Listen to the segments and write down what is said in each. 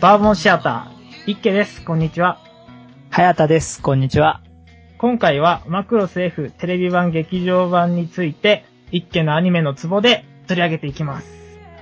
バーボンシアター、一家です。こんにちは。早田です。こんにちは。今回はマクロス F テレビ版劇場版について、一家のアニメのツボで取り上げていきます。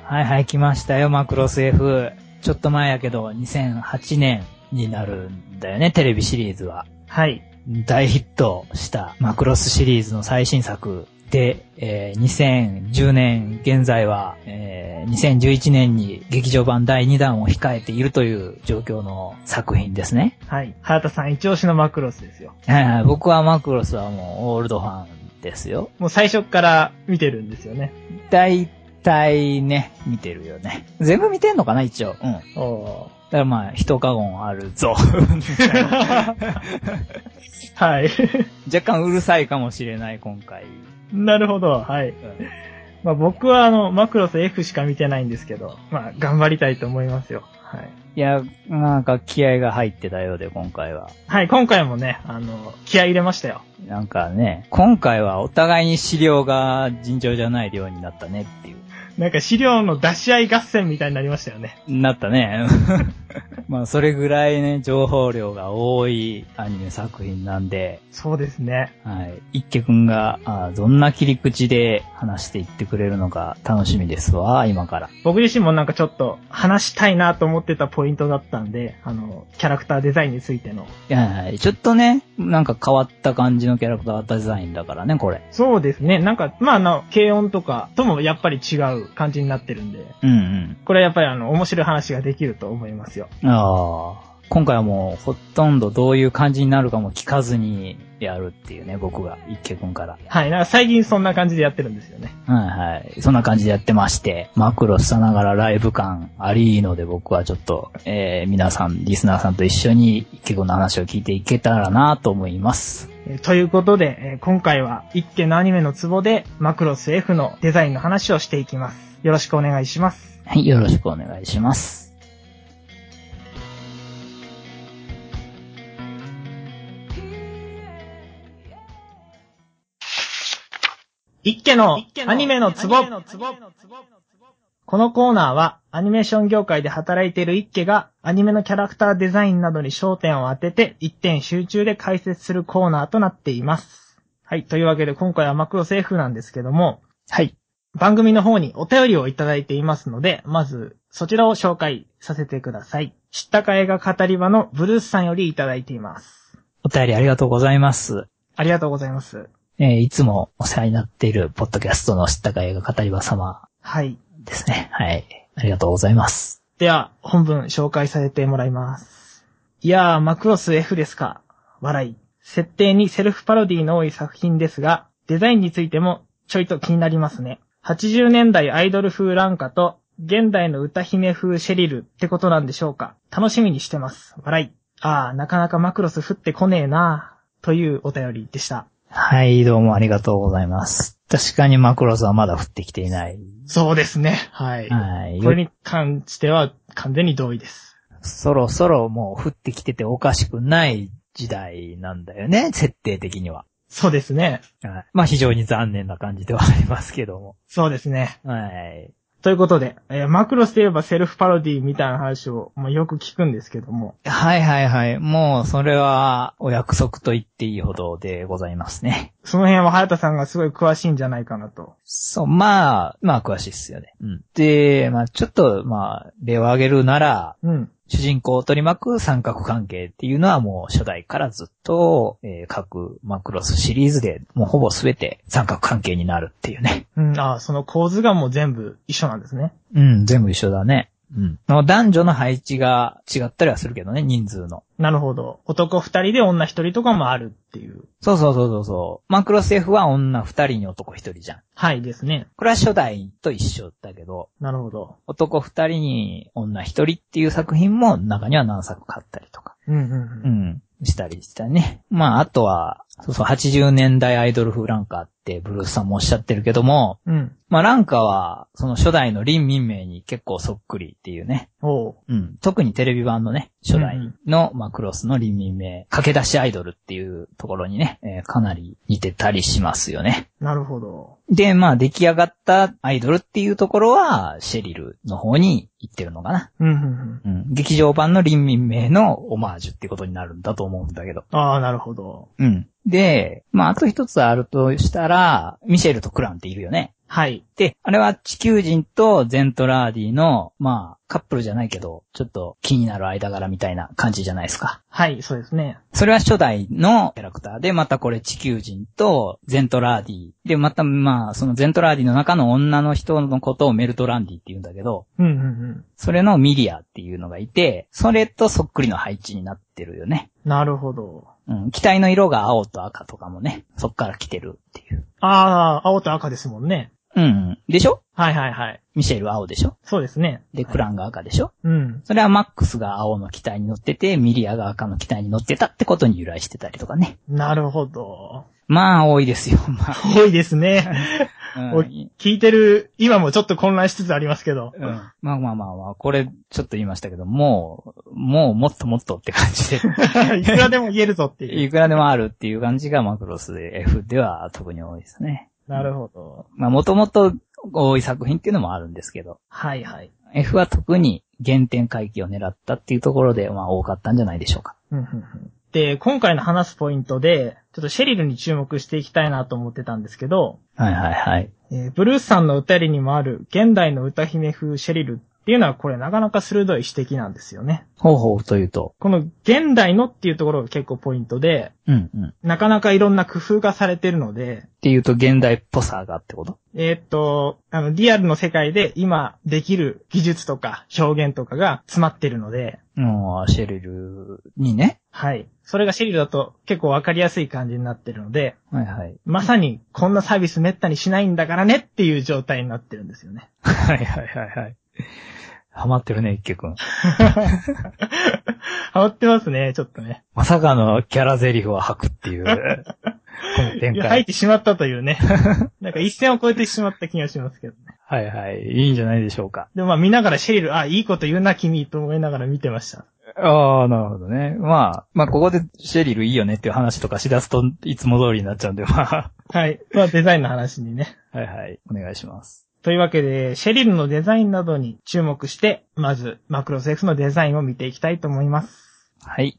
はいはい、来ましたよ、マクロス F。ちょっと前やけど、2008年になるんだよね、テレビシリーズは。はい。大ヒットしたマクロスシリーズの最新作で、えー2010年現在は、えー2011年に劇場版第2弾を控えているという状況の作品ですね。はい。早田さん一押しのマクロスですよ。はいはい、僕はマクロスはもうオールドファンですよ。もう最初っから見てるんですよ ね。大体ね、見てるよね。全部見てんのかな、一応。うん。おだからまあ、一カゴンあるぞ。はい。 若干うるさいかもしれない、今回。なるほど。はい。まあ僕はあの、マクロス F しか見てないんですけど、まあ頑張りたいと思いますよ。はい。いや、なんか気合が入ってたようで、今回は。はい、今回もね、あの、気合い入れましたよ。なんかね、今回はお互いに資料が尋常じゃない量になったねっていう。なんか資料の出し合い合戦みたいになりましたよね。なったね。まあ、それぐらいね、情報量が多いアニメ作品なんで、そうですね。はい。一家くんが、あーどんな切り口で話していってくれるのか楽しみですわ、今から。僕自身もなんかちょっと話したいなと思ってたポイントだったんで、あの、キャラクターデザインについての。いやいやちょっとね、なんか変わった感じのキャラクターデザインだからね、これ。そうですね。なんか、まあ、あの、軽音とかともやっぱり違う感じになってるんで、うんこれはやっぱりあの、面白い話ができると思いますよ。うん。ああ。今回はもう、ほとんどどういう感じになるかも聞かずにやるっていうね、僕が、一家くんから。はい。なんか最近そんな感じでやってるんですよね。はいはい。そんな感じでやってまして、マクロスさながらライブ感ありので僕はちょっと、えー、皆さん、リスナーさんと一緒に一家くんの話を聞いていけたらなと思います。えーということで、えー今回は一家のアニメのツボでマクロス F のデザインの話をしていきます。よろしくお願いします。はい、よろしくお願いします。一家のアニメのツボこのコーナーはアニメーション業界で働いている一家がアニメのキャラクターデザインなどに焦点を当てて一点集中で解説するコーナーとなっています。はい。というわけで今回はマクロス F なんですけども、はい。番組の方にお便りをいただいていますので、まずそちらを紹介させてください。知ったか映画語り場のブルースさんよりいただいています。お便りありがとうございます。ありがとうございます。えーいつもお世話になっているポッドキャストの知ったか映画語り場様はい。ですね。はい。ありがとうございます。では、本文紹介させてもらいます。いやー、マクロス F ですか。笑い。設定にセルフパロディの多い作品ですが、デザインについてもちょいと気になりますね。80年代アイドル風ランカと、現代の歌姫風シェリルってことなんでしょうか。楽しみにしてます。笑い。あー、なかなかマクロス降ってこねえなーというお便りでした。はい、どうもありがとうございます。確かにマクロスはまだ降ってきていない。そうですね。はいはい。これに関しては完全に同意です。そろそろもう降ってきてておかしくない時代なんだよね、設定的には。そうですね。はい、まあ非常に残念な感じではありますけども。そうですね。はい。ということで、えーマクロスといえばセルフパロディみたいな話を、まあ、よく聞くんですけども、はいはいはい。もうそれはお約束と言っていいほどでございますね。その辺は早田さんがすごい詳しいんじゃないかなと。そう、まあ、まあ詳しいっすよね。うん。で、まあちょっと、まあ、例を挙げるなら、うん。主人公を取り巻く三角関係っていうのはもう初代からずっと、えー各マクロスシリーズでもうほぼ全て三角関係になるっていうね。うん、ああ、その構図がもう全部一緒なんですね。 うん、全部一緒だね。うん。の男女の配置が違ったりはするけどね、人数の。なるほど。男二人で女一人とかもあるっていう。そうそうそうそうそう。マクロス F は女二人に男一人じゃん。はいですね。これは初代と一緒だけど、なるほど。男二人に女一人っていう作品も中には何作かあったりとか、うんうんう。うんん、したりしたね。まあ、あとは、そうそう、80年代アイドル風ランカーってブルースさんもおっしゃってるけども、うん。まあランカーは、その初代の林民明に結構そっくりっていうね。おう。うん。特にテレビ版のね、初代うんの、まあ、クロスの林民名、駆け出しアイドルっていうところにね、えーかなり似てたりしますよね。なるほど。で、まあ、出来上がったアイドルっていうところは、シェリルの方に行ってるのかな。うん、うん、うん。うん。劇場版の林民名のオマージュってことになるんだと思うんだけど。ああ、なるほど。うん。で、まあ、あと一つあるとしたら、ミシェルとクランっているよね。はい。で、あれは地球人とゼントラーディの、まあ、カップルじゃないけど、ちょっと気になる間柄みたいな感じじゃないですか。はい、そうですね。それは初代のキャラクターで、またこれ地球人とゼントラーディ。で、またまあ、そのゼントラーディの中の女の人のことをメルトランディって言うんだけど、うん、うん、うん。それのミリアっていうのがいて、それとそっくりの配置になってるよね。なるほど。うん、機体の色が青と赤とかもね、そっから来てるっていう。ああ、青と赤ですもんね。うん。でしょはい、はい、はい。ミシェルは青でしょそうですね。で、クランが赤でしょうん。それはマックスが青の機体に乗ってて、ミリアが赤の機体に乗ってたってことに由来してたりとかね。なるほど。まあ、多いですよ。 ま多いですね。あ。おういん聞いてる、今もちょっと混乱しつつありますけど。うんまあまあまあまあ、これちょっと言いましたけど、もう、もうもっともっとって感じで、 いくらでも言えるぞってい。いうくらでもあるっていう感じがマクロスで F では特に多いですね。なるほど。まあもともと多い作品っていうのもあるんですけど、はいはい。 F は特に原点回帰を狙ったっていうところで、まあ多かったんじゃないでしょうか。うんうんうんで、今回の話すポイントで、ちょっとシェリルに注目していきたいなと思ってたんですけど、はいはいはい。えーブルースさんの歌りにもある現代の歌姫風シェリルっていうのはこれなかなか鋭い指摘なんですよね。方法というと、この現代のっていうところが結構ポイントで、うんうん。っなかなかいろんな工夫がされてるので、ていうと現代っぽさがってことえーっと、あの、リアルの世界で今できる技術とか表現とかが詰まってるので、うん、シェリルにね。はい。それがシェリルだと結構わかりやすい感じになってるので、はいはい。まさにこんなサービスめったにしないんだからねっていう状態になってるんですよね。 はいはいはいはい。ハマってるね、一輝くん。ハマってますね、ちょっとね。まさかのキャラゼリフを吐くっていう、こ の展入っ開。てしまったという ね。なんか一線を越えてしまった気がしますけどね。はいはい。いいんじゃないでしょうか。でもまあ見ながらシェリル、あ、いいこと言うな君と思いながら見てました。ああ、なるほどね。まあ、まあ、ここでシェリルいいよねっていう話とかしだすといつも通りになっちゃうんで、まあ。 はい。まあデザインの話にね。はいはい。お願いします。というわけで、シェリルのデザインなどに注目して、まずマクロス F のデザインを見ていきたいと思います。はい。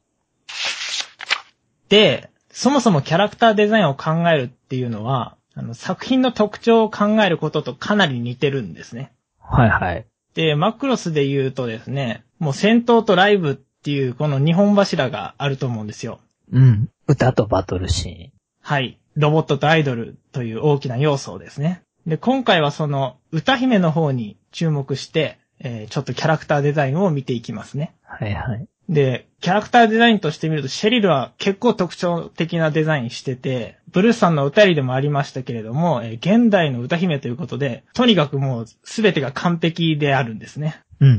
で、そもそもキャラクターデザインを考えるっていうのは、あの作品の特徴を考えることとかなり似てるんですね。はいはい。で、マクロスで言うとですね、もう戦闘とライブっていうこの二本柱があると思うんですよ。うん。歌とバトルシはい。ロボットとアイドルという大きな要素ですね。で、今回はその歌姫の方に注目して、えーちょっとキャラクターデザインを見ていきますね。ーン。はいはい。で、キャラクターデザインとして見ると、シェリルは結構特徴的なデザインしてて、ブルースさんの歌よりでもありましたけれども、えー現代の歌姫ということで、とにかくもう全てが完璧であるんですね。うん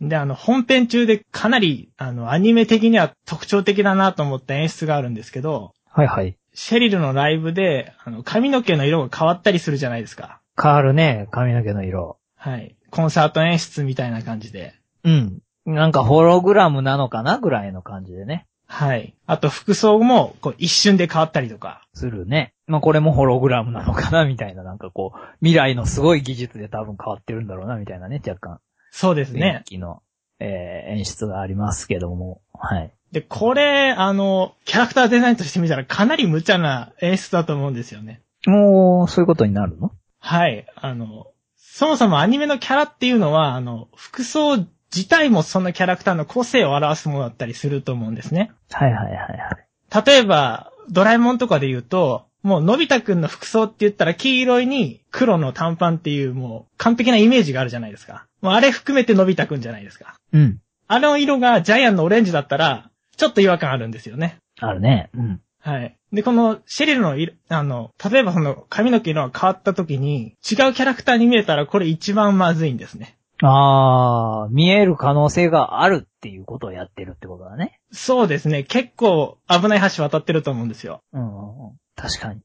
うん。で、あの、本編中でかなり、あの、アニメ的には特徴的だなと思った演出があるんですけど、はいはい。シェリルのライブで、あの、髪の毛の色が変わったりするじゃないですか。変わるね、髪の毛の色。はい。コンサート演出みたいな感じで。うん。なんかホログラムなのかなぐらいの感じでね。はい。あと、服装も、こう、一瞬で変わったりとか。するね。まあ、これもホログラムなのかなみたいな、なんかこう、未来のすごい技術で多分変わってるんだろうなみたいなね、若干。そうですね。雰囲気の、えー演出がありますけども。はい。で、これ、あの、キャラクターデザインとして見たらかなり無茶な演出だと思うんですよね。もう、そういうことになるのはい。あの、そもそもアニメのキャラっていうのは、あの、服装自体もそのキャラクターの個性を表すものだったりすると思うんですね。はいはいはいはい。例えば、ドラえもんとかで言うと、もう、のび太くんの服装って言ったら黄色いに黒の短パンっていうもう完璧なイメージがあるじゃないですか。もうあれ含めてのび太くんじゃないですか。うん。あの色がジャイアンのオレンジだったら、ちょっと違和感あるんですよね。あるね。うん。はい。で、このシェリルの色、あの、例えばその髪の毛色が変わった時に、違うキャラクターに見えたらこれ一番まずいんですね。ああ、見える可能性があるっていうことをやってるってことだね。そうですね。結構危ない橋渡ってると思うんですよ。うんうんうん。確かに。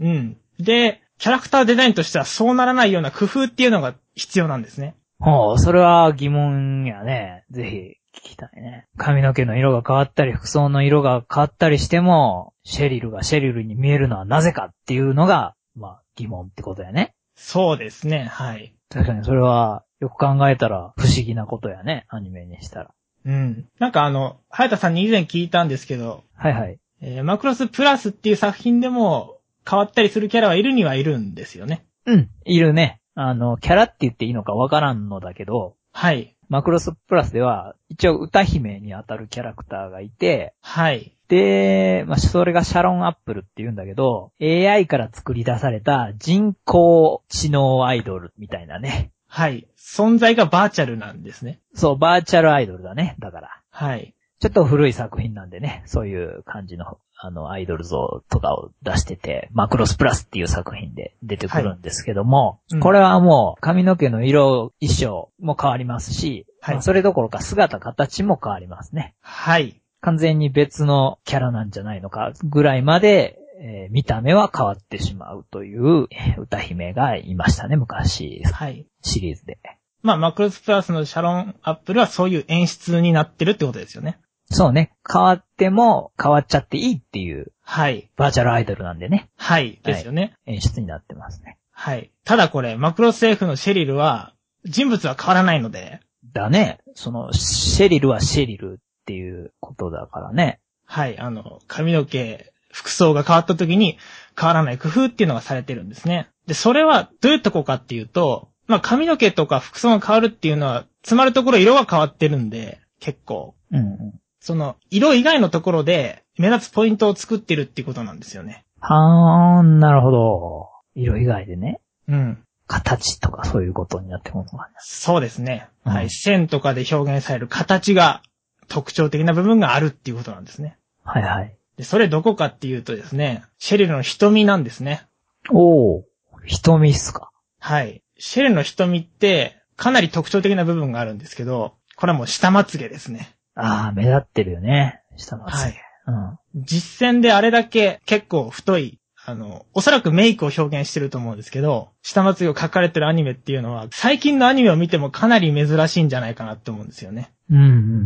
うん。で、キャラクターデザインとしてはそうならないような工夫っていうのが必要なんですね。ほう、それは疑問やね。ぜひ聞きたいね。髪の毛の色が変わったり、服装の色が変わったりしても、シェリルがシェリルに見えるのはなぜかっていうのが、まあ、疑問ってことやね。そうですね。はい。確かにそれは、よく考えたら不思議なことやね。アニメにしたら。うん。なんかあの、早田さんに以前聞いたんですけど、はいはい。えーマクロスプラスっていう作品でも変わったりするキャラはいるにはいるんですよね。うん、いるね。あの、キャラって言っていいのかわからんのだけど、はい。マクロスプラスでは、一応歌姫に当たるキャラクターがいて、はい。で、まあ、それがシャロンアップルって言うんだけど、AI から作り出された人工知能アイドルみたいなね。はい。存在がバーチャルなんですね。そう、バーチャルアイドルだね。だから。はい。ちょっと古い作品なんでね、そういう感じの、あの、アイドル像とかを出してて、マクロスプラスっていう作品で出てくるんですけども、はいうんこれはもう髪の毛の色、衣装も変わりますし、はいまあそれどころか姿、形も変わりますね。はい。完全に別のキャラなんじゃないのかぐらいまで、えー見た目は変わってしまうというえー歌姫がいましたね、昔、はい。シリーズで。まあ、マクロスプラスのシャロンアップルはそういう演出になってるってことですよね。そうね、変わっても変わっちゃっていいっていうはい。バーチャルアイドルなんでね、はい。ですよね。演出になってますね。はい。ただこれ、マクロス F のシェリルは、人物は変わらないので、だね。その、シェリルはシェリルっていうことだからね。はい。あの、髪の毛、服装が変わった時に変わらない工夫っていうのがされてるんですね。で、それはどういうとこかっていうと、まあ、髪の毛とか服装が変わるっていうのは、つまるところ色が変わってるんで、結構。うんうん。その、色以外のところで目立つポイントを作ってるっていうことなんですよね。はーん、なるほど。色以外でね、うん。形とかそういうことになってくるのかな。そうですね。うんはい。線とかで表現される形が特徴的な部分があるっていうことなんですね。はいはい。で、それどこかっていうとですね、シェリルの瞳なんですね。おー、瞳っすか。はい。シェリルの瞳ってかなり特徴的な部分があるんですけど、これはもう下まつげですね。あー、目立ってるよね。下まつはげ。い。うん。実践であれだけ結構太い、あの、おそらくメイクを表現してると思うんですけど、下まつげを描かれてるアニメっていうのは、最近のアニメを見てもかなり珍しいんじゃないかなって思うんですよね。うんうんうんうんう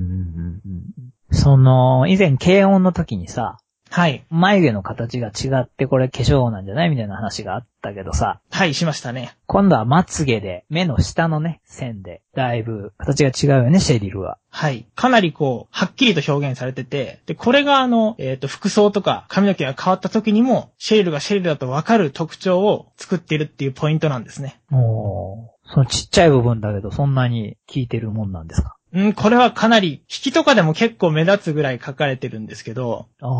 ん。その、以前軽音の時にさ、はい。眉毛の形が違ってこれ化粧なんじゃないみたいな話があったけどさ、はい、しましたね。今度はまつげで、目の下のね、線で、だいぶ形が違うよね、シェリルは。はい。かなりこう、はっきりと表現されてて、で、これがあの、えっ、と、服装とか髪の毛が変わった時にも、シェリルがシェリルだとわかる特徴を作っているっていうポイントなんですね。おー。そのちっちゃい部分だけど、そんなに効いてるもんなんですかうん、これはかなり、引きとかでも結構目立つぐらい書かれてるんですけど、あー。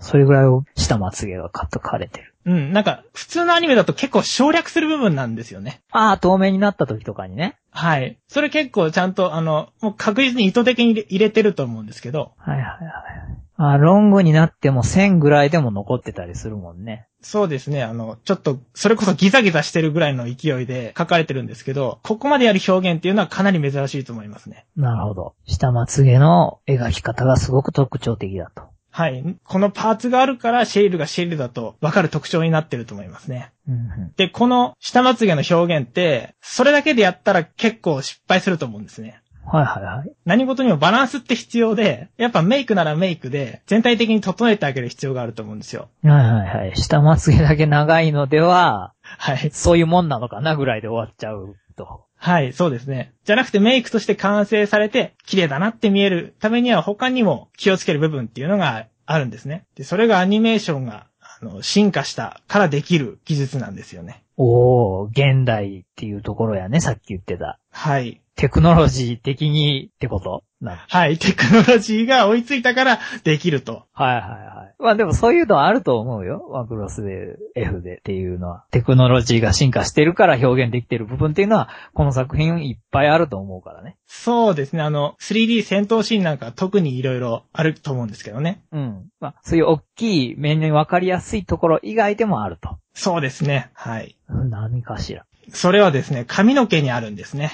それぐらいを下まつげがカットかれてる。うん、なんか、普通のアニメだと結構省略する部分なんですよね。あー、透明になった時とかにね。はい。それ結構ちゃんと、あの、もう確実に意図的に入れ入れてると思うんですけど、はいはいはい。あー、ロングになっても線ぐらいでも残ってたりするもんね。そうですね。あの、ちょっと、それこそギザギザしてるぐらいの勢いで書かれてるんですけど、ここまでやる表現っていうのはかなり珍しいと思いますね。なるほど。下まつげの描き方がすごく特徴的だと。はい。このパーツがあるから、シェイルがシェイルだと分かる特徴になってると思いますね。うんうん。で、この下まつげの表現って、それだけでやったら結構失敗すると思うんですね。はいはいはい。何事にもバランスって必要で、やっぱメイクならメイクで、全体的に整えてあげる必要があると思うんですよ。はいはいはい。下まつげだけ長いのでは、はい。そういうもんなのかなぐらいで終わっちゃうと。はい、そうですね。じゃなくてメイクとして完成されて、綺麗だなって見えるためには他にも気をつける部分っていうのがあるんですね。で、それがアニメーションが、あの、進化したからできる技術なんですよね。おお現代っていうところやね、さっき言ってた。はい。テクノロジー的にってことなはい、テクノロジーが追いついたからできると。はいはいはい。まあでもそういうのはあると思うよ。ワクロスで F でっていうのは。テクノロジーが進化してるから表現できてる部分っていうのは、この作品いっぱいあると思うからね。そうですね、あの、3D 戦闘シーンなんか特に色々あると思うんですけどね。うん。まあそういう大きい面に分かりやすいところ以外でもあると。そうですね、はい。うん何かしら。それはですね、髪の毛にあるんですね。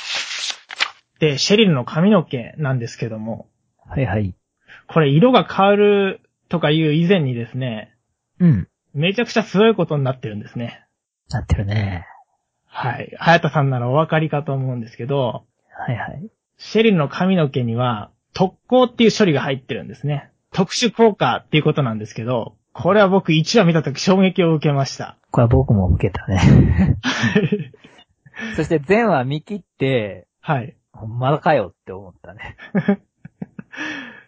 って、シェリルの髪の毛なんですけども、はいはい。これ色が変わるとかいう以前にですね、うん。めちゃくちゃすごいことになってるんですね。なってるね。はい。早田さんならお分かりかと思うんですけど、はいはい。シェリルの髪の毛には特効っていう処理が入ってるんですね。特殊効果っていうことなんですけど、これは僕1話見たとき衝撃を受けました。 これは僕も受けたね。そして全話見切って、はい。ほんまかよって思ったね。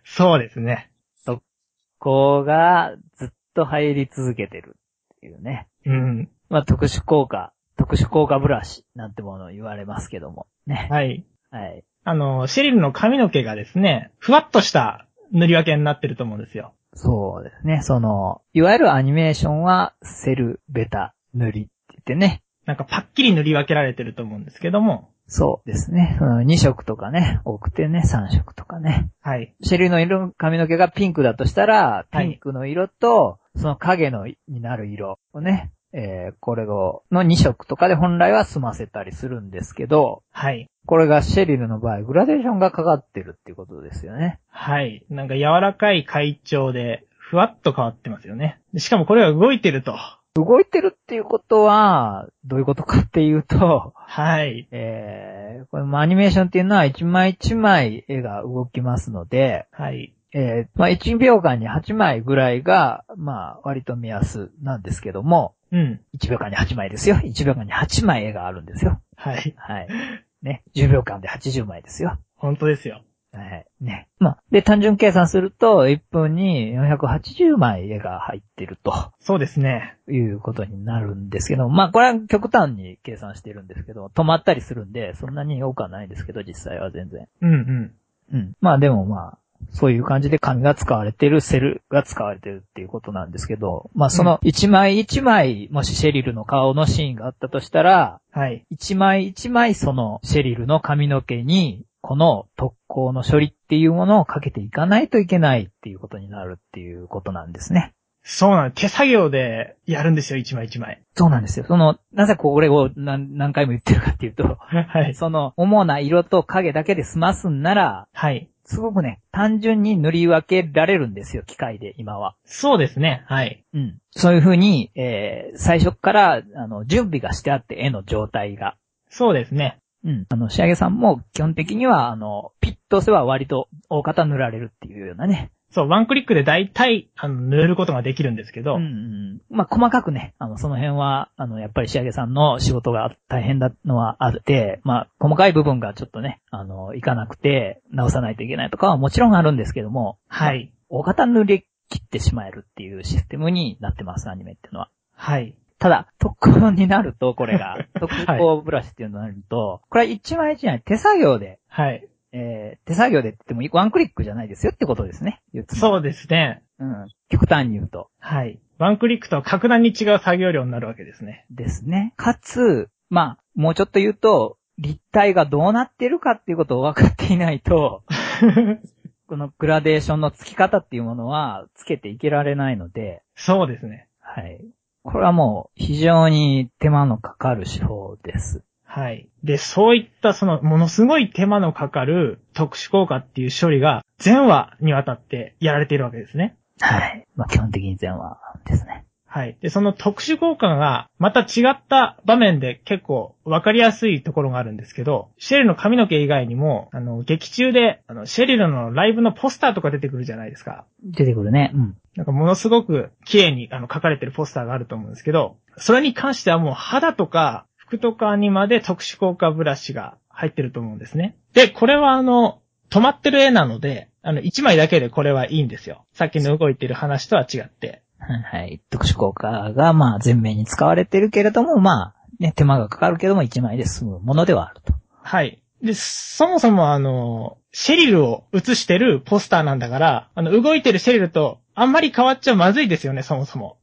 そうですね。ここがずっと入り続けてるっていうね。うん。まあ特殊効果、特殊効果ブラシなんてものを言われますけども。ね。はい。はい。あの、シェリルの髪の毛がですね、ふわっとした塗り分けになってると思うんですよ。そうですね。その、いわゆるアニメーションはセル、ベタ、塗りって言ってね。なんかパッキリ塗り分けられてると思うんですけども、そうですね。その2色とかね、多くてね、3色とかね。はい。シェリーの色、髪の毛がピンクだとしたら、はピいンクの色と、その影の、になる色をね、えー、これを、の2色とかで本来は済ませたりするんですけど、はい。これがシェリルの場合、グラデーションがかかってるっていうことですよね。はい。なんか柔らかい会長で、ふわっと変わってますよね。でしかもこれが動いてると。動いてるっていうことは、どういうことかっていうと、はい。えー、これもアニメーションっていうのは一枚一枚絵が動きますので、はい。えー、まあ1秒間に8枚ぐらいが、まあ割と目安なんですけども、うん。 1秒間に8枚ですよ。1秒間に8枚絵があるんですよ。はい。はい。ね。10秒間で80枚ですよ。本当ですよ。はい。ね。まあ、で、単純計算すると、1分に480枚絵が入ってるとそうですね。いうことになるんですけど、まあ、これは極端に計算してるんですけど、止まったりするんで、そんなに多くはないですけど、実際は全然。うんうん。うん。まあ、でもまあ、そういう感じで紙が使われてる、セルが使われてるっていうことなんですけど、まあ、その1枚1枚、もしシェリルの顔のシーンがあったとしたら、はい。一枚一枚そのシェリルの髪の毛に、この特攻の処理っていうものをかけていかないといけないっていうことになるっていうことなんですね。そうなの。手作業でやるんですよ、一枚一枚。そうなんですよ。その、なぜこれを何何回も言ってるかっていうと、 はい。その主な色と影だけで済ますんなら、はい。すごくね、単純に塗り分けられるんですよ、機械で今は。そうですね。はい。うん。そういうふうに、えー、最初から、あの、準備がしてあって、絵の状態が。そうですね。うん。あの、仕上げさんも基本的には、あの、ピッと押せば割と大方塗られるっていうようなね。そう、ワンクリックで大体、あの、塗ることができるんですけど、うんうん。まあ、細かくね、あの、その辺は、あの、やっぱり仕上げさんの仕事が大変だのはあって、まあ、細かい部分がちょっとね、あの、いかなくて直さないといけないとかはもちろんあるんですけども、はい。大方塗り切ってしまえるっていうシステムになってます、アニメっていうのは。はい。ただ、特攻になると、これが、特い攻ブラシっていうのになると、これは一枚一枚手作業ではい。えー手作業でって言ってもワンクリックじゃないですよってことですね。言ってもそうですね。うん。極端に言うと。はい。ワンクリックとは格段に違う作業量になるわけですね。 ですね。かつ、まあ、もうちょっと言うと、立体がどうなってるかっていうことを分かっていないと、 このグラデーションの付き方っていうものはつけていけられないので、そうですね。はい。これはもう非常に手間のかかる手法です。はい。で、そういったその、ものすごい手間のかかる特殊効果っていう処理が、全話にわたってやられているわけですね。はい。まあ基本的に全話ですね。はい。で、その特殊効果が、また違った場面で結構分かりやすいところがあるんですけど、シェリルの髪の毛以外にも、あの、劇中で、あの、シェリルのライブのポスターとか出てくるじゃないですか。出てくるね。うん。なんかものすごく綺麗にあの書かれてるポスターがあると思うんですけど、それに関してはもう肌とか服とかにまで特殊効果ブラシが入ってると思うんですね。で、これはあの、止まってる絵なので、あの、1枚だけでこれはいいんですよ。さっきの動いてる話とは違って。はいはい。特殊効果が、まあ、全面に使われてるけれども、まあ、ね、手間がかかるけども、1枚で済むものではあると。 はい。で、そもそもあの、シェリルを写してるポスターなんだから、あの、動いてるシェリルとあんまり変わっちゃまずいですよね、そもそも。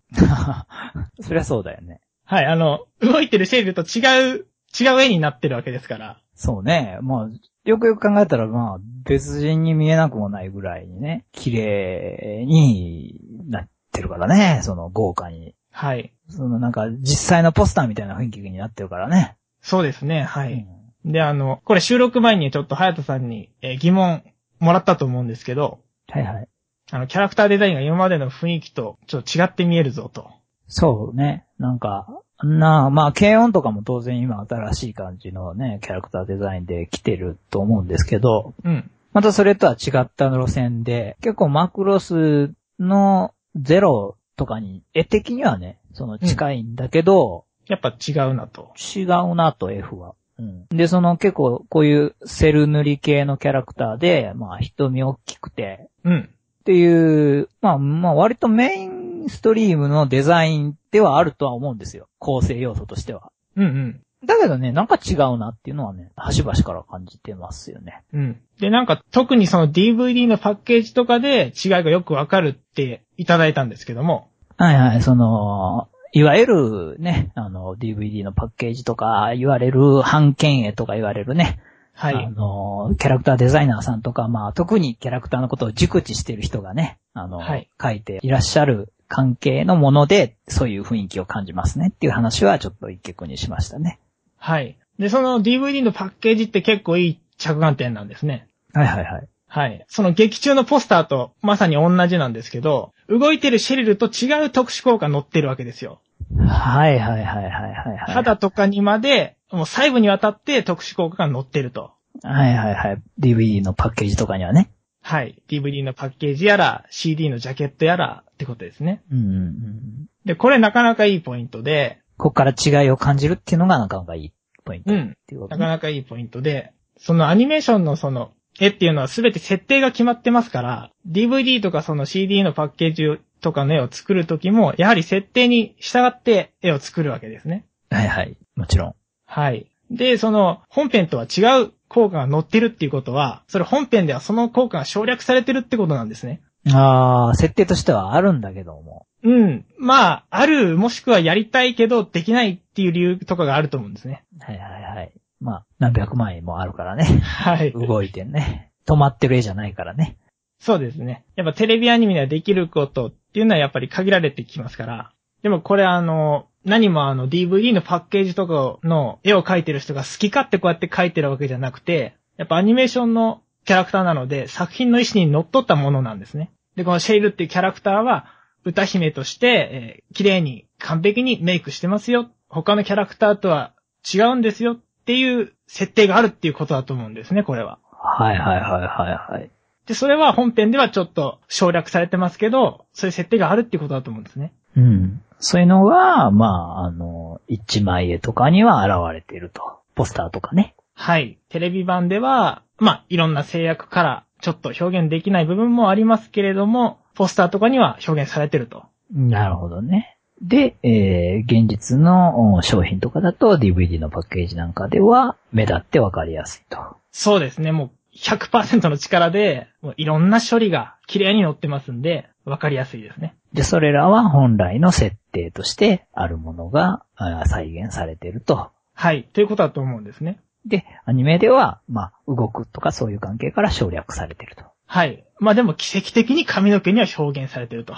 そりゃそうだよね。はい、あの、動いてるシェリルと違う、違う絵になってるわけですから。そうね。まあ、よくよく考えたら、まあ、別人に見えなくもないぐらいにね、綺麗になってるからね、その豪華に。はい。そのなんか、実際のポスターみたいな雰囲気になってるからね。そうですね、はい。うんで、あの、これ収録前にちょっと隼人さんに、えー疑問もらったと思うんですけど、はいはい。あの、キャラクターデザインが今までの雰囲気とちょっと違って見えるぞと。そうね。なんか、あんな、まあ、軽音とかも当然今新しい感じのね、キャラクターデザインで来てると思うんですけど、うん。またそれとは違った路線で、結構マクロスのゼロとかに、絵的にはね、その近いんだけど、やっぱ違うなと。違うなと F は。うん、で、その結構こういうセル塗り系のキャラクターで、まあ瞳大きくて、うん。っていう、まあまあ割とメインストリームのデザインではあるとは思うんですよ。構成要素としては。うんうん。だけどね、なんか違うなっていうのはね、端々から感じてますよね。うん。で、なんか特にその DVD のパッケージとかで違いがよくわかるっていただいたんですけども。はいはい、その、いわゆるね、あの、DVD のパッケージとか、言われる、版権絵とか言われるね、はあい。の、キャラクターデザイナーさんとか、まあ、特にキャラクターのことを熟知してる人がね、あの、はい書いていらっしゃる関係のもので、そういう雰囲気を感じますねっていう話はちょっと一曲にしましたね。はい。で、その DVD のパッケージって結構いい着眼点なんですね。はいはいはい。はい。その劇中のポスターとまさに同じなんですけど、動いてるシェリルと違う特殊効果載ってるわけですよ。はいはいはいはいはい、はい。肌とかにまで、もう細部にわたって特殊効果が載ってると。はいはいはい。DVD のパッケージとかにはね。はい。DVD のパッケージやら、CD のジャケットやらってことですね。うんうんうん。で、これなかなかいいポイントで、ここから違いを感じるっていうのがなかなかいいポイントうっん。ていうこなとかね。なかいいポイントで、そのアニメーションのその、絵っていうのはすべて設定が決まってますから、DVD とかその CD のパッケージとかの絵を作るときも、やはり設定に従って絵を作るわけですね。はいはい。もちろん。はい。で、その本編とは違う効果が載ってるっていうことは、それ本編ではその効果が省略されてるってことなんですね。あー、設定としてはあるんだけども。うん。まあ、ある、もしくはやりたいけどできないっていう理由とかがあると思うんですね。はいはいはい。まあ、何百万円もあるからね。はい。 動いてね。止まってる絵じゃないからね。そうですね。やっぱテレビアニメではできることっていうのはやっぱり限られてきますから。でもこれあの、何もあの DVD のパッケージとかの絵を描いてる人が好き勝手こうやって描いてるわけじゃなくて、やっぱアニメーションのキャラクターなので作品の意思に則っったものなんですね。で、このシェイルっていうキャラクターは歌姫として、えー綺麗に完璧にメイクしてますよ。他のキャラクターとは違うんですよっていう設定があるっていうことだと思うんですね、これは。はいはいはいはいはい。で、それは本編ではちょっと省略されてますけど、そういう設定があるっていうことだと思うんですね。うん。そういうのが、まあ、あの、一枚絵とかには現れていると。ポスターとかね。はい。テレビ版では、まあ、いろんな制約からちょっと表現できない部分もありますけれども、ポスターとかには表現されてると。なるほどね。で、えー、現実のうん商品とかだと DVD のパッケージなんかでは目立ってわかりやすいと。そうですね。もう100%の力で、もういろんな処理が綺麗に載ってますんで、わかりやすいですね。で、それらは本来の設定としてあるものがあー再現されていると。はい。ということだと思うんですね。で、アニメでは、まあ、動くとかそういう関係から省略されていると。はい。まあでも奇跡的に髪の毛には表現されてると。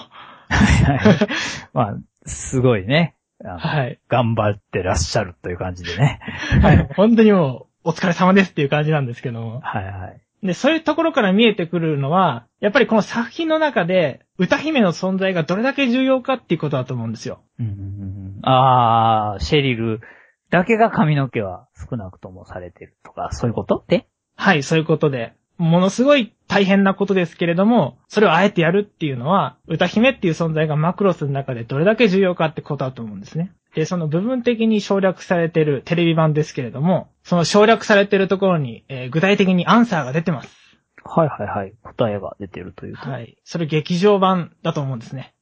まあ、すごいね。あのはい。頑張ってらっしゃるという感じでね。はい。本当にもう、お疲れ様ですっていう感じなんですけども。はいはい。で、そういうところから見えてくるのは、やっぱりこの作品の中で、歌姫の存在がどれだけ重要かっていうことだと思うんですよ。うんうんうんうんあー、シェリルだけが髪の毛は少なくともされてるとか、そういうことではい、そういうことで。ものすごい大変なことですけれども、それをあえてやるっていうのは、歌姫っていう存在がマクロスの中でどれだけ重要かってことだと思うんですね。で、その部分的に省略されてるテレビ版ですけれども、その省略されてるところに、えー具体的にアンサーが出てます。はいはいはい。答えが出てるというと。はい。それ劇場版だと思うんですね。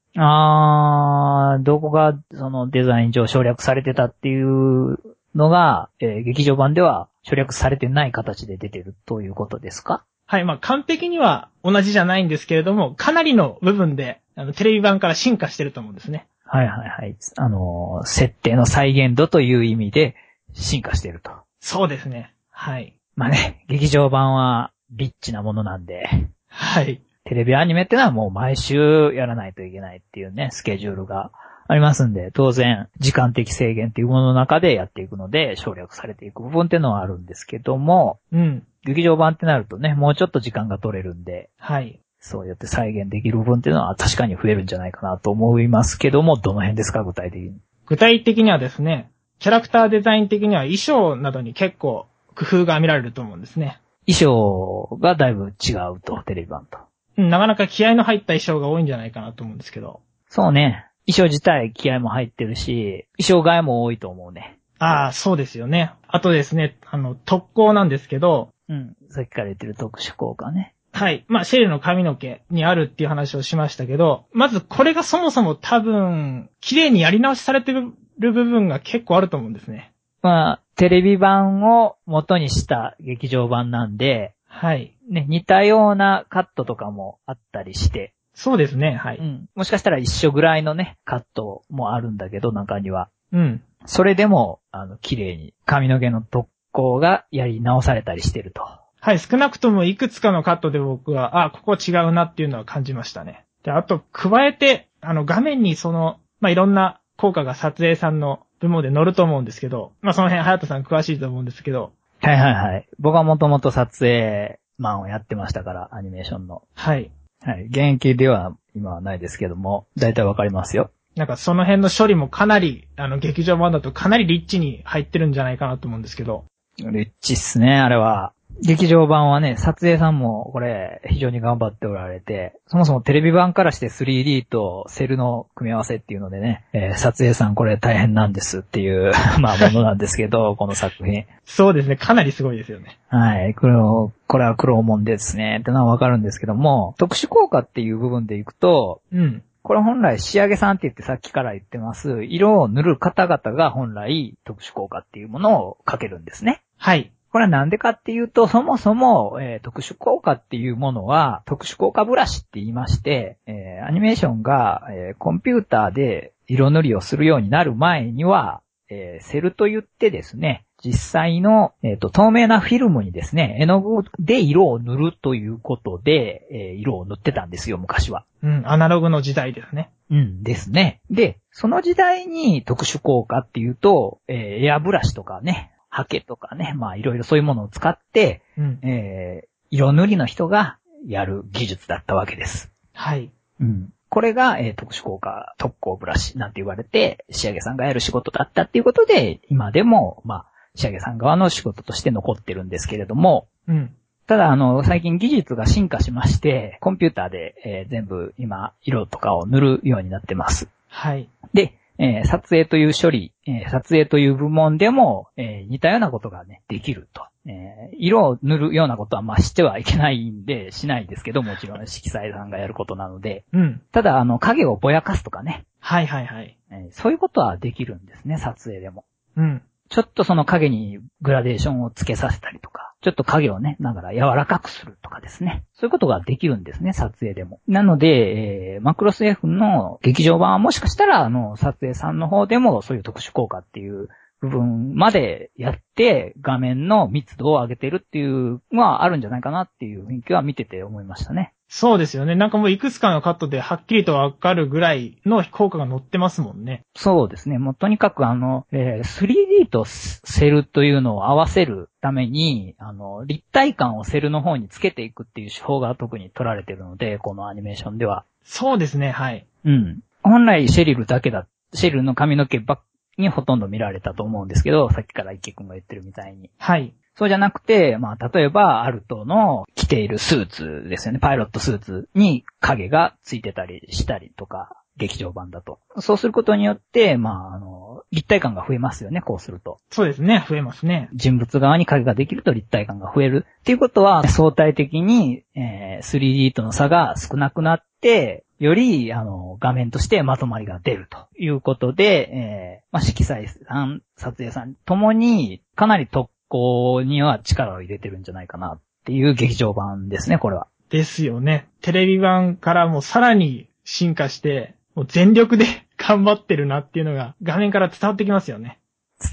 あー、どこが、そのデザイン上省略されてたっていうのが、えー劇場版では省略されてない形で出てるということですかはい、まあ完璧には同じじゃないんですけれども、かなりの部分で、あの、テレビ版から進化してると思うんですね。はいはいはい。あのー、設定の再現度という意味で進化してると。そうですね。はい。まあね、劇場版はリッチなものなんで、はい。テレビアニメってのはもう毎週やらないといけないっていうね、スケジュールがありますんで、当然、時間的制限っていうものの中でやっていくので、省略されていく部分っていうのはあるんですけども、うん。劇場版ってなるとね、もうちょっと時間が取れるんで、はい。そうやって再現できる部分っていうのは確かに増えるんじゃないかなと思いますけども、どの辺ですか、具体的に。具体的にはですね、キャラクターデザイン的には衣装などに結構工夫が見られると思うんですね。衣装がだいぶ違うと、テレビ版と。うん、なかなか気合の入った衣装が多いんじゃないかなと思うんですけど。そうね。衣装自体気合も入ってるし、衣装替えも多いと思うね。ああ、そうですよね。あとですね、あの、特攻なんですけど、うん。さっきから言ってる特殊効果ね。はい。まあ、シェルの髪の毛にあるっていう話をしましたけど、まずこれがそもそも多分、綺麗にやり直しされてる部分が結構あると思うんですね。まあ、テレビ版を元にした劇場版なんで、はい。ね、似たようなカットとかもあったりして、そうですね、はうい。ん。もしかしたら一緒ぐらいのね、カットもあるんだけど、中には。うん。それでも、あの、綺麗に髪の毛の特攻がやり直されたりしてると。はい、少なくともいくつかのカットで僕は、あ、ここ違うなっていうのは感じましたね。で、あと、加えて、あの、画面にその、まあ、いろんな効果が撮影さんの部門で乗ると思うんですけど、まあ、その辺、早田さん詳しいと思うんですけど、はいはいはい。僕はもともと撮影マンをやってましたから、アニメーションの。はい。はい。現役では今はないですけども、だいたいわかりますよ。なんかその辺の処理もかなり、あの、劇場版だとかなりリッチに入ってるんじゃないかなと思うんですけど、リッチっすね、あれは。劇場版はね、撮影さんもこれ非常に頑張っておられて、そもそもテレビ版からして 3D とセルの組み合わせっていうのでね、えー撮影さんこれ大変なんですっていう、 まあものなんですけど、この作品。そうですね、かなりすごいですよね。はい。これを、これは苦労もんですね、ってのはわかるんですけども、特殊効果っていう部分でいくと、うん。これ本来仕上げさんって言ってさっきから言ってます、色を塗る方々が本来特殊効果っていうものをかけるんですね。はい。これはなんでかっていうと、そもそも、えー特殊効果っていうものは、特殊効果ブラシって言いまして、えーアニメーションが、えーコンピューターで色塗りをするようになる前には、えーセルと言ってですね、実際の、えーと透明なフィルムにですね、絵の具で色を塗るということで、えー色を塗ってたんですよ、昔は。うん、アナログの時代ですね。うんですね。で、その時代に特殊効果っていうと、えーエアブラシとかね、ハケとかね、まあいろいろそういうものを使って、うん。えー色塗りの人がやる技術だったわけです。はい。うん。これが、えー特殊効果、特効ブラシなんて言われて、仕上げさんがやる仕事だったっていうことで、今でも、まあ、仕上げさん側の仕事として残ってるんですけれども、うん。ただ、あの、最近技術が進化しまして、コンピューターで、えー全部今、色とかを塗るようになってます。はい。で、えー撮影という処理、えー撮影という部門でも、えー似たようなことがね、できると。えー色を塗るようなことは、まあ、してはいけないんで、しないですけど、もちろん色彩さんがやることなので。うん。ただ、あの、影をぼやかすとかね、はいはいはい。えーそういうことはできるんですね、撮影でも。うん。ちょっとその影にグラデーションをつけさせたりとか、ちょっと影をね、ながら柔らかくするとかですね。そういうことができるんですね、撮影でも。なので、えーマクロス F の劇場版はもしかしたら、あの、撮影さんの方でもそういう特殊効果っていう部分までやって、画面の密度を上げてるっていうのはあるんじゃないかなっていう雰囲気は見てて思いましたね。そうですよね。なんかもういくつかのカットではっきりとわかるぐらいの効果が乗ってますもんね。そうですね。もうとにかくあの、えー 3D とセルというのを合わせるために、あの、立体感をセルの方につけていくっていう手法が特に取られてるので、このアニメーションでは。そうですね、はい。うん。本来シェリルだけだ、シェリルの髪の毛ばっにほとんど見られたと思うんですけど、さっきから池くんが言ってるみたいに。はい。そうじゃなくて、まあ、例えば、アルトの着ているスーツですよね。パイロットスーツに影がついてたりしたりとか、劇場版だと。そうすることによって、まあ、あの、立体感が増えますよね、こうすると。そうですね、増えますね。人物側に影ができると立体感が増える。っていうことは、相対的に、えー 3D との差が少なくなって、より、あの、画面としてまとまりが出るということで、えーまあ、色彩さん、撮影さんともに、かなり特攻には力を入れてるんじゃないかなっていう劇場版ですね、これは。ですよね。テレビ版からもうさらに進化して、もう全力で 頑張ってるなっていうのが画面から伝わってきますよね。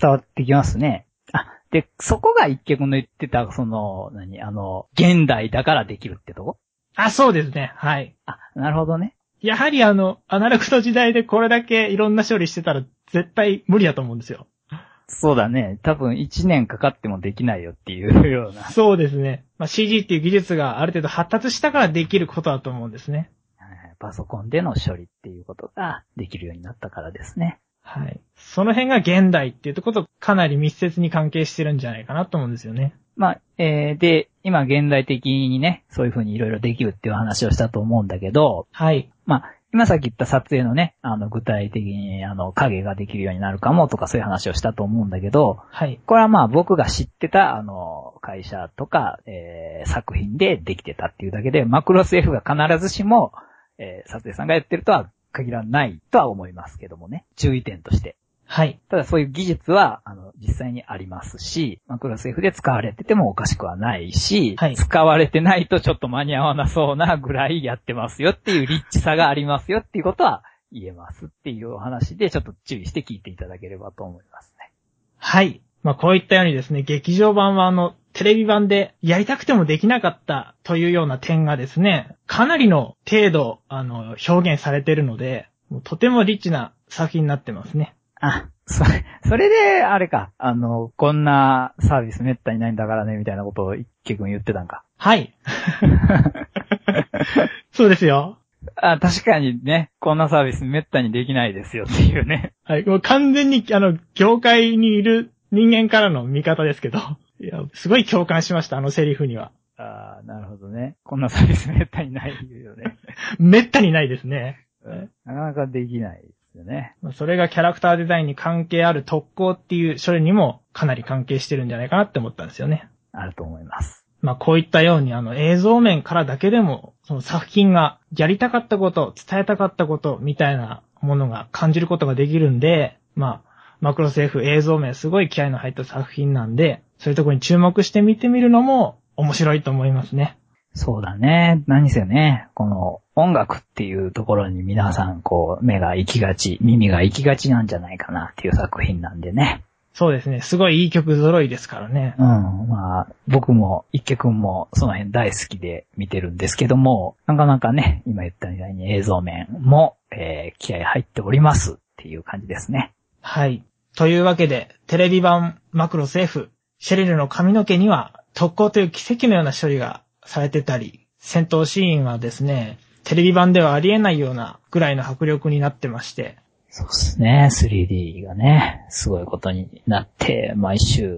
伝わってきますね。あ、で、そこが一曲の言ってた、その、何、あの、現代だからできるってとこあ、そうですね、はい。あ、なるほどね。やはりあの、アナログの時代でこれだけいろんな処理してたら絶対無理だと思うんですよ。そうだね。多分1年かかってもできないよっていう ような。そうですね。まあ、CG っていう技術がある程度発達したからできることだと思うんですね。パソコンでの処理っていうことができるようになったからですね。はい。その辺が現代っていうところとかなり密接に関係してるんじゃないかなと思うんですよね。まあ、えー、で、今現代的にね、そういう風にいろいろできるっていう話をしたと思うんだけど、はい。まあ、今さっき言った撮影のね、あの、具体的に、あの、影ができるようになるかもとかそういう話をしたと思うんだけど、はい。これはまあ僕が知ってた、あの、会社とか、えー作品でできてたっていうだけで、マクロス F が必ずしも、えー撮影さんがやってるとは限らないとは思いますけどもね。注意点として。はい。ただそういう技術は、あの、実際にありますし、マクロス F で使われててもおかしくはないし、はい使われてないとちょっと間に合わなそうなぐらいやってますよっていうリッチさがありますよっていうことは言えますっていうお話で、ちょっと注意して聞いていただければと思いますね。はい。まあ、こういったようにですね、劇場版はあの、テレビ版でやりたくてもできなかったというような点がですね、かなりの程度、あの、表現されているので、もうとてもリッチな作品になってますね。あ、それ、それで、あれか、あの、こんなサービスめったにないんだからね、みたいなことを一輝くん言ってたんか。はい。そうですよ。あ、確かにね、こんなサービスめったにできないですよっていうね。はい。もう完全に、あの、業界にいる人間からの見方ですけど、いや、すごい共感しました、あのセリフには。 あなるほどね。こんなサービスめったにないよ ね。めったにないですね。うんなかなかできないですよね。まあそれがキャラクターデザインに関係ある特攻っていう処理にもかなり関係してるんじゃないかなって思ったんですよね。あると思います。まあこういったようにあの映像面からだけでもその作品がやりたかったこと、伝えたかったことみたいなものが感じることができるんで、まあマクロス F 映像面すごい気合の入った作品なんで、そういうところに注目して見てみるのも面白いと思いますね。そうだね。何せね、この音楽っていうところに皆さん、こう、目が行きがち、耳が行きがちなんじゃないかなっていう作品なんでね。そうですね。すごいいい曲揃いですからね。うん、まあ、僕も、一家くんも、その辺大好きで見てるんですけども、なかなかね、今言ったみたいに映像面も、えー気合入っておりますっていう感じですね。はい。というわけで、テレビ版マクロス F、シェリルの髪の毛には特攻という奇跡のような処理がされてたり、戦闘シーンはですね、テレビ版ではありえないようなぐらいの迫力になってまして、そうですね、3D がね、すごいことになって、毎週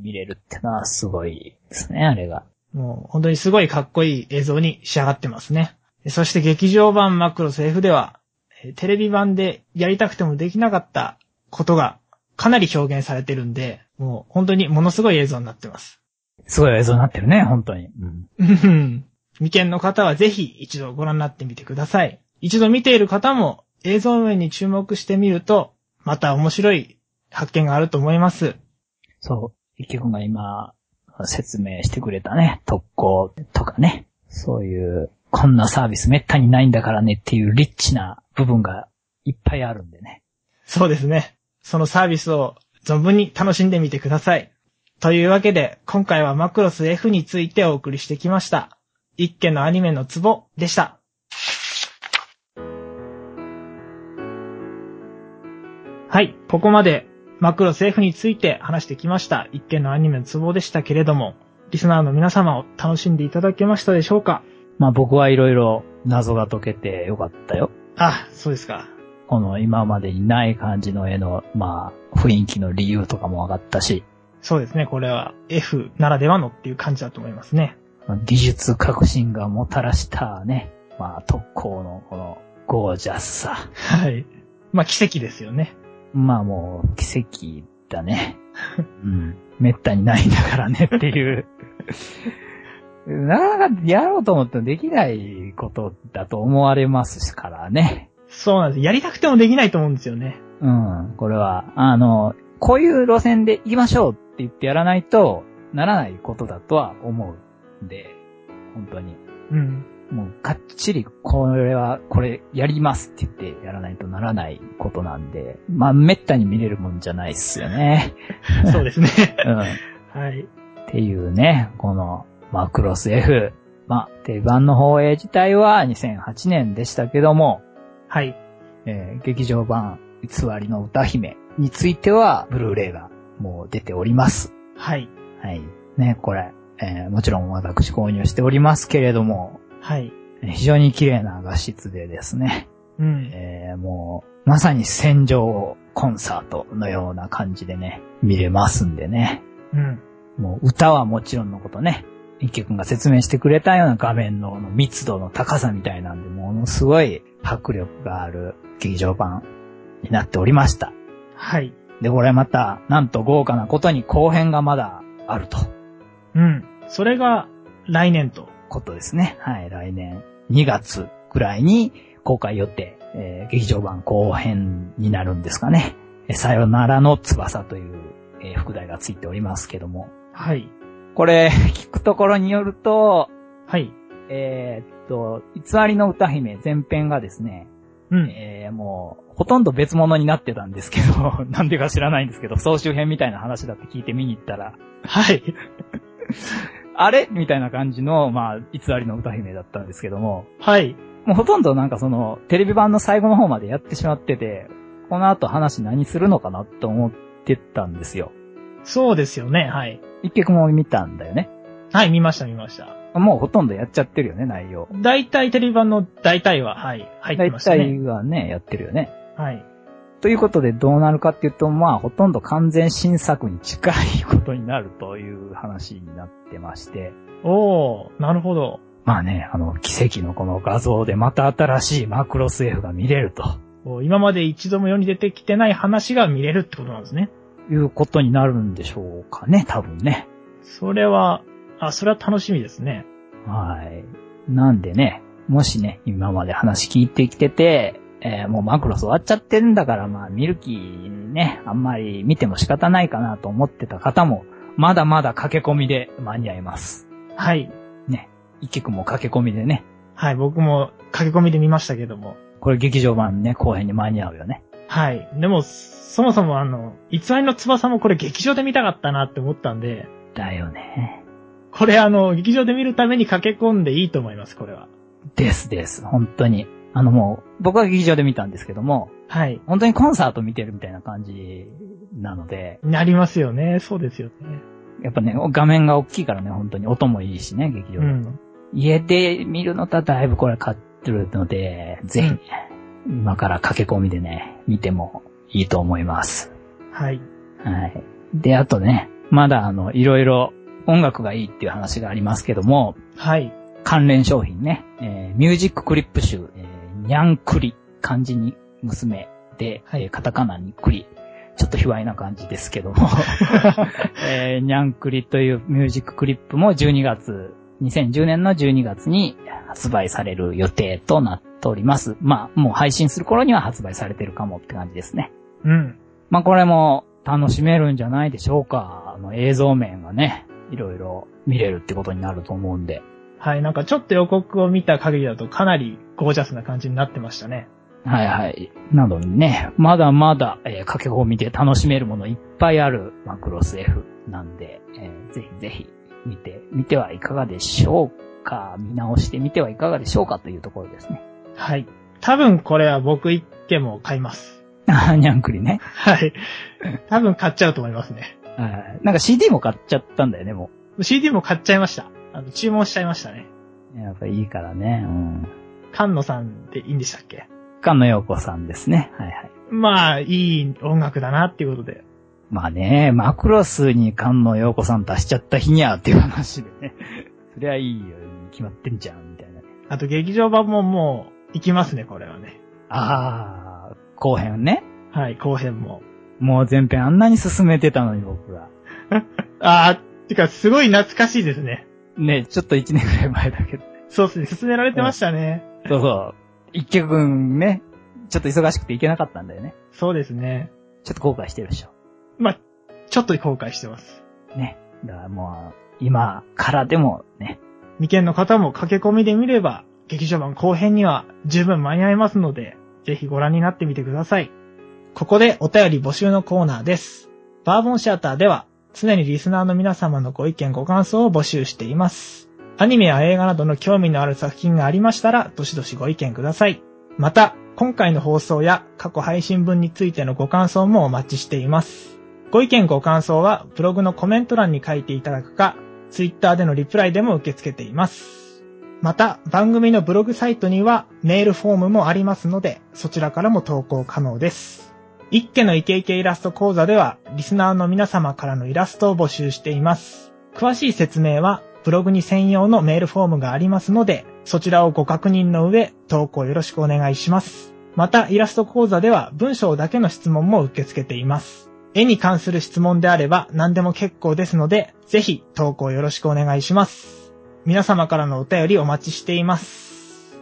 見れるってのはすごいですね、あれが。もう本当にすごいかっこいい映像に仕上がってますね。そして劇場版マクロス F では、えーテレビ版でやりたくてもできなかったことがかなり表現されてるんで、もう本当にものすごい映像になってます。すごい映像になってるね、本当に。うん。うん 未見の方はぜひ一度ご覧になってみてください。一度見ている方も映像面に注目してみると、また面白い発見があると思います。そう。一輝くんが今、説明してくれたね、特攻とかね、そういう、こんなサービスめったにないんだからねっていうリッチな部分がいっぱいあるんでね。そうですね。そのサービスを存分に楽しんでみてください。というわけで、今回はマクロス F についてお送りしてきました。一家のアニメのツボでした。はい、ここまでマクロス F について話してきました。一家のアニメのツボでしたけれども、リスナーの皆様を楽しんでいただけましたでしょうかまあ僕はいろいろ謎が解けてよかったよ。あ、そうですか。この今までにない感じの絵の、まあ、雰囲気の理由とかも分かったし、そうですね、これは F ならではのっていう感じだと思いますね。まあ技術革新がもたらしたね、まあ特攻のこのゴージャスさ。はい。まあ、奇跡ですよね。まあもう、奇跡だね。うん。めったにないんだからねっていう。なかなかやろうと思ってもできないことだと思われますからね。そうなんです。やりたくてもできないと思うんですよね。うん。これは、あの、こういう路線で行きましょうって言ってやらないとならないことだとは思うんで、本当に。うん。もう、がっちり、これは、これ、やりますって言ってやらないとならないことなんで、まあ、めったに見れるもんじゃないっすよね。そうですね。うん。はい。っていうね、このマクロス F、まあ、定番の放映自体は2008年でしたけども、はい。えー劇場版偽りの歌姫については、ブルーレイがもう出ております。はい。はい。ね、これ、えーもちろん私購入しておりますけれども、はい。えー非常に綺麗な画質でですね、うん。えーもう、まさに戦場コンサートのような感じでね、見れますんでね。うん。もう歌はもちろんのことね、池くんが説明してくれたような画面の密度の高さみたいなんで、ものすごい迫力がある劇場版になっておりました。はい。で、これまた、なんと豪華なことに後編がまだあると、うん。それが、来年と。ことですね。はい、来年2月くらいに公開予定、えー劇場版後編になるんですかね。えーさよならの翼という、えー副題がついておりますけども。はい。これ、聞くところによると、はい。えーっと、偽りの歌姫前編がですね、うん。えーもう、ほとんど別物になってたんですけど、 なんでか知らないんですけど、総集編みたいな話だって聞いて見に行ったら、はい。あれみたいな感じの、まあ、偽りの歌姫だったんですけども、はい。もうほとんどなんかその、テレビ版の最後の方までやってしまってて、この後話何するのかなと思ってたんですよ。そうですよね。はい。一曲も見たんだよね。はい、見ました、見ました。もうほとんどやっちゃってるよね、内容。大体テレビ版の大体は、はい、入って大ましたね。体はね、やってるよね。はい。ということでどうなるかっていうと、まあ、ほとんど完全新作に近いことになるという話になってまして。おー、なるほど。まあね、あの、奇跡のこの画像でまた新しいマクロス F が見れるとお今まで一度も世に出てきてない話が見れるってことなんですね。いうことになるんでしょうかね、多分ね。それは、あ、それは楽しみですね。はい。なんでね、もしね、今まで話聞いてきてて、えーもうマクロス終わっちゃってんだから、まあ見る気ね、あんまり見ても仕方ないかなと思ってた方も、まだまだ駆け込みで間に合います。はい。一曲も駆け込みでね。はい、僕も駆け込みで見ましたけども。これ劇場版ね、後編に間に合うよね。はい。でも、そもそもあの、偽りの翼もこれ劇場で見たかったなって思ったんで、だよね。これあの、劇場で見るために駆け込んでいいと思います、これは。ですです。本当に。あのもう、僕は劇場で見たんですけども、はい。本当にコンサート見てるみたいな感じなので、なりますよね。そうですよね。やっぱね、画面が大きいからね、本当に音もいいしね、劇場うだと。ん。家で見るのとはだいぶこれ買ってるので、ぜひね、今から駆け込みでね、見てもいいと思います。はい。はい。で、あとね、まだあの、いろいろ音楽がいいっていう話がありますけども、はい。関連商品ね、えーミュージッククリップ集、えーにゃんくり、漢字に娘で、はいえーカタカナにくり。ちょっと卑猥な感じで すけども、えーにゃんくりというミュージッククリップも12月、2010年の12月に発売される予定となっております。まあ、もう配信する頃には発売されてるかもって感じですね。うん。まあ、これも楽しめるんじゃないでしょうか。あの映像面がね、いろいろ見れるってことになると思うんで。はい。なんかちょっと予告を見た限りだとかなりゴージャスな感じになってましたね。はいはい。なのでね、まだまだ、えー、駆け込みで楽しめるものいっぱいあるマクロス F なんで、えーぜひぜひ見て、見てはいかがでしょうか。見直してみてはいかがでしょうかというところですね。 はい。多分これは僕一件も買います。あーにゃんくりね。はい。多分買っちゃうと思いますね。はいなんか CD も買っちゃったんだよね、も CD も買っちゃいました。あの、注文しちゃいましたね。う。やっぱいいからね。うん。菅野さんでいいんでしたっけ菅野陽子さんですね。はいはい。まあ、いい音楽だなっていうことで。まあね、マクロスに菅野陽子さん足しちゃった日にゃーっていう話でね。 そりゃいいよ、決まってんじゃん、みたいなね。あと劇場版ももう、行きますね、これはね。あー、後編ね。はい、後編も。もう前編あんなに進めてたのに僕ら。あー、てか、すごい懐かしいですね。ね、ちょっと一年くらい前だけど。そうですね、進められてましたね。そうそう。一曲分ね、ちょっと忙しくていけなかったんだよね。そうですね。ちょっと後悔してるでしょ。まあ、ちょっと後悔してます。ね。だからもう、今からでもね、未見の方も駆け込みで見れば、劇場版後編には十分間に合いますので、ぜひご覧になってみてください。ここでお便り募集のコーナーです。バーボンシアターでは、常にリスナーの皆様のご意見ご感想を募集しています。アニメや映画などの興味のある作品がありましたら、どしどしご意見ください。また、今回の放送や過去配信分についてのご感想もお待ちしています。ご意見ご感想は、ブログのコメント欄に書いていただくか、ツイッターでのリプライでも受け付けています。また、番組のブログサイトにはメールフォームもありますので、そちらからも投稿可能です。一家のイケイケイラスト講座では、リスナーの皆様からのイラストを募集しています。詳しい説明は、ブログに専用のメールフォームがありますので、そちらをご確認の上、投稿よろしくお願いします。また、イラスト講座では、文章だけの質問も受け付けています。絵に関する質問であれば、何でも結構ですので、ぜひ、投稿よろしくお願いします。皆様からのお便りお待ちしています。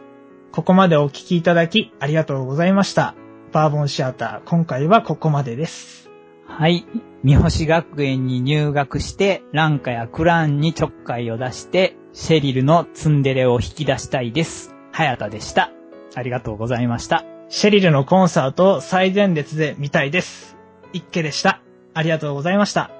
ここまでお聞きいただき、ありがとうございました。バーボンシアター、今回はここまでです。はい。三星学園に入学して、ランカやクランにちょっかいを出して、シェリルのツンデレを引き出したいです。早田でした。ありがとうございました。シェリルのコンサートを最前列で見たいです。一家でした。ありがとうございました。